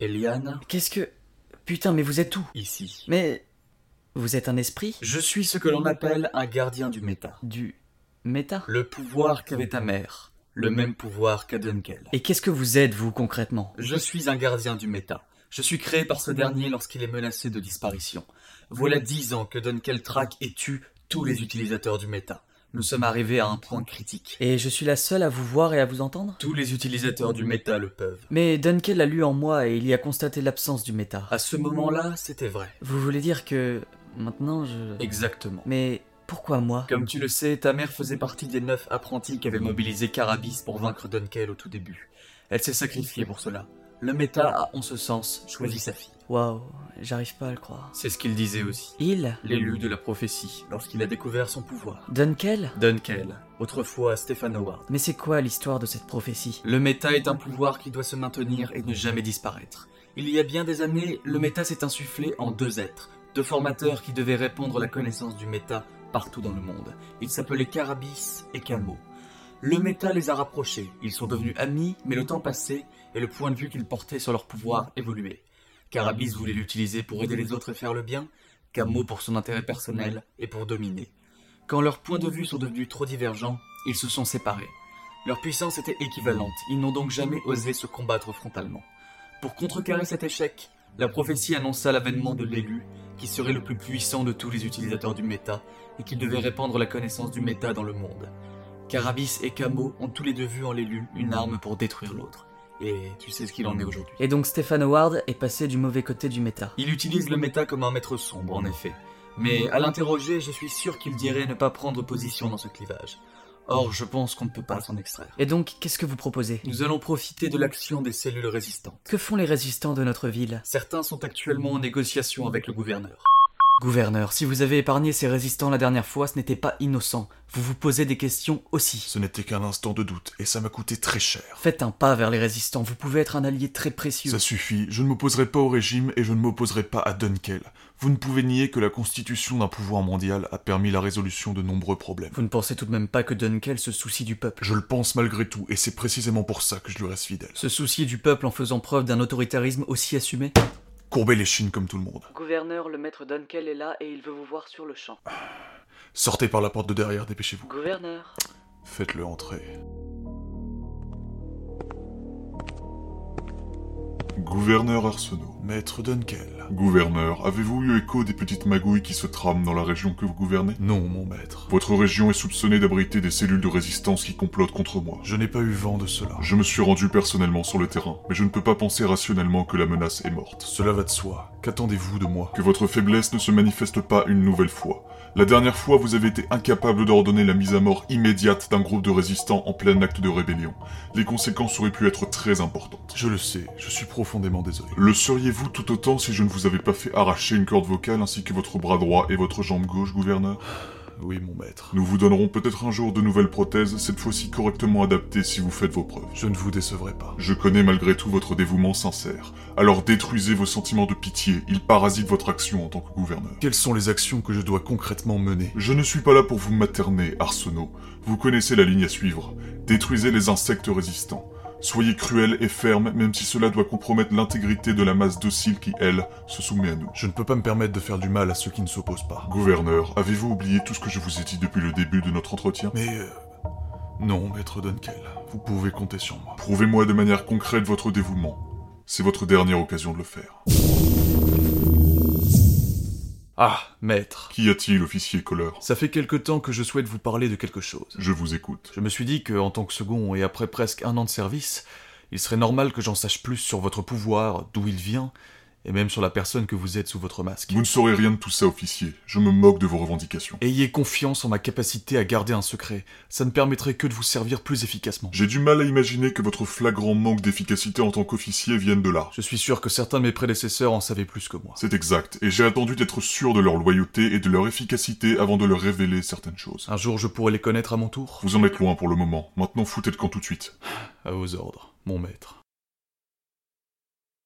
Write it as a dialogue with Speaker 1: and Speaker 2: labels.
Speaker 1: Eliane,
Speaker 2: Qu'est-ce que. Putain, mais vous êtes où
Speaker 1: ici.
Speaker 2: Mais. Vous êtes un esprit
Speaker 1: Je suis ce que l'on appelle un gardien du méta.
Speaker 2: Du. méta
Speaker 1: Le pouvoir qu'avait ta mère. Le même pouvoir qu'a Dunkel.
Speaker 2: Et qu'est-ce que vous êtes, vous, concrètement
Speaker 1: Je suis un gardien du méta. Je suis créé par ce dernier lorsqu'il est menacé de disparition. Voilà dix ans que Dunkel traque et tue tous les utilisateurs du méta. Nous sommes arrivés à un point critique.
Speaker 2: Et je suis la seule à vous voir et à vous entendre
Speaker 1: Tous les utilisateurs du méta le peuvent.
Speaker 2: Mais Dunkel l'a lu en moi et il y a constaté l'absence du méta.
Speaker 1: À ce moment-là, c'était vrai.
Speaker 2: Vous voulez dire que. maintenant je.
Speaker 1: Exactement.
Speaker 2: Mais pourquoi moi
Speaker 1: Comme tu le sais, ta mère faisait partie des neuf apprentis qui avaient mobilisé Carabis pour vaincre Dunkel au tout début. Elle s'est sacrifiée pour cela. Le méta a, en ce sens, choisi sa fille.
Speaker 2: Waouh, j'arrive pas à le croire.
Speaker 1: C'est ce qu'il disait aussi.
Speaker 2: Il
Speaker 1: L'élu de la prophétie, lorsqu'il a découvert son pouvoir.
Speaker 2: Dunkel
Speaker 1: Dunkel, autrefois Stephen Howard.
Speaker 2: Mais c'est quoi l'histoire de cette prophétie
Speaker 1: Le méta est un pouvoir qui doit se maintenir et ne jamais disparaître. Il y a bien des années, le méta s'est insufflé en deux êtres, deux formateurs qui devaient répandre la connaissance du méta partout dans le monde. Ils s'appelaient Carabis et Camo. Le méta les a rapprochés, ils sont devenus amis, mais le temps passé et le point de vue qu'ils portaient sur leur pouvoir évoluait. Carabis voulait l'utiliser pour aider les autres et faire le bien, Camo pour son intérêt personnel et pour dominer. Quand leurs points de vue sont devenus trop divergents, ils se sont séparés. Leur puissance était équivalente, ils n'ont donc jamais osé se combattre frontalement. Pour contrecarrer cet échec, la prophétie annonça l'avènement de l'élu, qui serait le plus puissant de tous les utilisateurs du méta, et qu'il devait répandre la connaissance du méta dans le monde. Carabis et Camo ont tous les deux vu en l'élu une arme pour détruire l'autre. Et tu sais ce qu'il en est aujourd'hui.
Speaker 2: Et donc Stephen Howard est passé du mauvais côté du méta.
Speaker 1: Il utilise le méta comme un maître sombre, en effet. Mais à l'interroger, je suis sûr qu'il dirait ne pas prendre position dans ce clivage. Or, je pense qu'on ne peut pas s'en extraire.
Speaker 2: Et donc, qu'est-ce que vous proposez
Speaker 1: Nous allons profiter de l'action des cellules résistantes.
Speaker 2: Que font les résistants de notre ville
Speaker 1: Certains sont actuellement en négociation avec le gouverneur.
Speaker 2: Gouverneur, si vous avez épargné ces résistants la dernière fois, ce n'était pas innocent. Vous vous posez des questions aussi.
Speaker 3: Ce n'était qu'un instant de doute, et ça m'a coûté très cher.
Speaker 2: Faites un pas vers les résistants, vous pouvez être un allié très précieux.
Speaker 3: Ça suffit, je ne m'opposerai pas au régime et je ne m'opposerai pas à Dunkel. Vous ne pouvez nier que la constitution d'un pouvoir mondial a permis la résolution de nombreux problèmes.
Speaker 2: Vous ne pensez tout de même pas que Dunkel se soucie du peuple
Speaker 3: Je le pense malgré tout, et c'est précisément pour ça que je lui reste fidèle.
Speaker 2: Se soucier du peuple en faisant preuve d'un autoritarisme aussi assumé
Speaker 3: Courbez les chines comme tout le monde.
Speaker 2: Gouverneur, le maître Dunkel est là et il veut vous voir sur le champ.
Speaker 3: Sortez par la porte de derrière, dépêchez-vous.
Speaker 2: Gouverneur.
Speaker 3: Faites-le entrer.
Speaker 4: Gouverneur Arsenault.
Speaker 3: Maître Dunkel.
Speaker 4: Gouverneur, avez-vous eu écho des petites magouilles qui se trament dans la région que vous gouvernez
Speaker 3: Non, mon maître.
Speaker 4: Votre région est soupçonnée d'abriter des cellules de résistance qui complotent contre moi.
Speaker 3: Je n'ai pas eu vent de cela.
Speaker 4: Je me suis rendu personnellement sur le terrain, mais je ne peux pas penser rationnellement que la menace est morte.
Speaker 3: Cela va de soi. Qu'attendez-vous de moi
Speaker 4: Que votre faiblesse ne se manifeste pas une nouvelle fois. La dernière fois, vous avez été incapable d'ordonner la mise à mort immédiate d'un groupe de résistants en plein acte de rébellion. Les conséquences auraient pu être très importantes.
Speaker 3: Je le sais, je suis profondément désolé.
Speaker 4: Le seriez-vous tout autant si je ne vous avais pas fait arracher une corde vocale ainsi que votre bras droit et votre jambe gauche, gouverneur
Speaker 3: Oui, mon maître.
Speaker 4: Nous vous donnerons peut-être un jour de nouvelles prothèses, cette fois-ci correctement adaptées si vous faites vos preuves.
Speaker 3: Je ne vous décevrai pas.
Speaker 4: Je connais malgré tout votre dévouement sincère. Alors détruisez vos sentiments de pitié, ils parasitent votre action en tant que gouverneur.
Speaker 3: Quelles sont les actions que je dois concrètement mener
Speaker 4: Je ne suis pas là pour vous materner, Arsenault. Vous connaissez la ligne à suivre. Détruisez les insectes résistants. Soyez cruel et ferme, même si cela doit compromettre l'intégrité de la masse docile qui, elle, se soumet à nous.
Speaker 3: Je ne peux pas me permettre de faire du mal à ceux qui ne s'opposent pas.
Speaker 4: Gouverneur, avez-vous oublié tout ce que je vous ai dit depuis le début de notre entretien
Speaker 3: Mais... euh, Non, maître Dunkel, vous pouvez compter sur moi.
Speaker 4: Prouvez-moi de manière concrète votre dévouement. C'est votre dernière occasion de le faire.
Speaker 3: Ah, maître.
Speaker 4: Qu'y a-t-il, officier Colleur
Speaker 3: Ça fait quelque temps que je souhaite vous parler de quelque chose.
Speaker 4: Je vous écoute.
Speaker 3: Je me suis dit que, en tant que second et après presque un an de service, il serait normal que j'en sache plus sur votre pouvoir, d'où il vient, et même sur la personne que vous êtes sous votre masque.
Speaker 4: Vous ne saurez rien de tout ça, officier. Je me moque de vos revendications.
Speaker 3: Ayez confiance en ma capacité à garder un secret. Ça ne permettrait que de vous servir plus efficacement.
Speaker 4: J'ai du mal à imaginer que votre flagrant manque d'efficacité en tant qu'officier vienne de là.
Speaker 3: Je suis sûr que certains de mes prédécesseurs en savaient plus que moi.
Speaker 4: C'est exact, et j'ai attendu d'être sûr de leur loyauté et de leur efficacité avant de leur révéler certaines choses.
Speaker 3: Un jour, je pourrai les connaître à mon tour
Speaker 4: Vous en êtes loin pour le moment. Maintenant, foutez le camp tout de suite.
Speaker 3: À vos ordres, mon maître.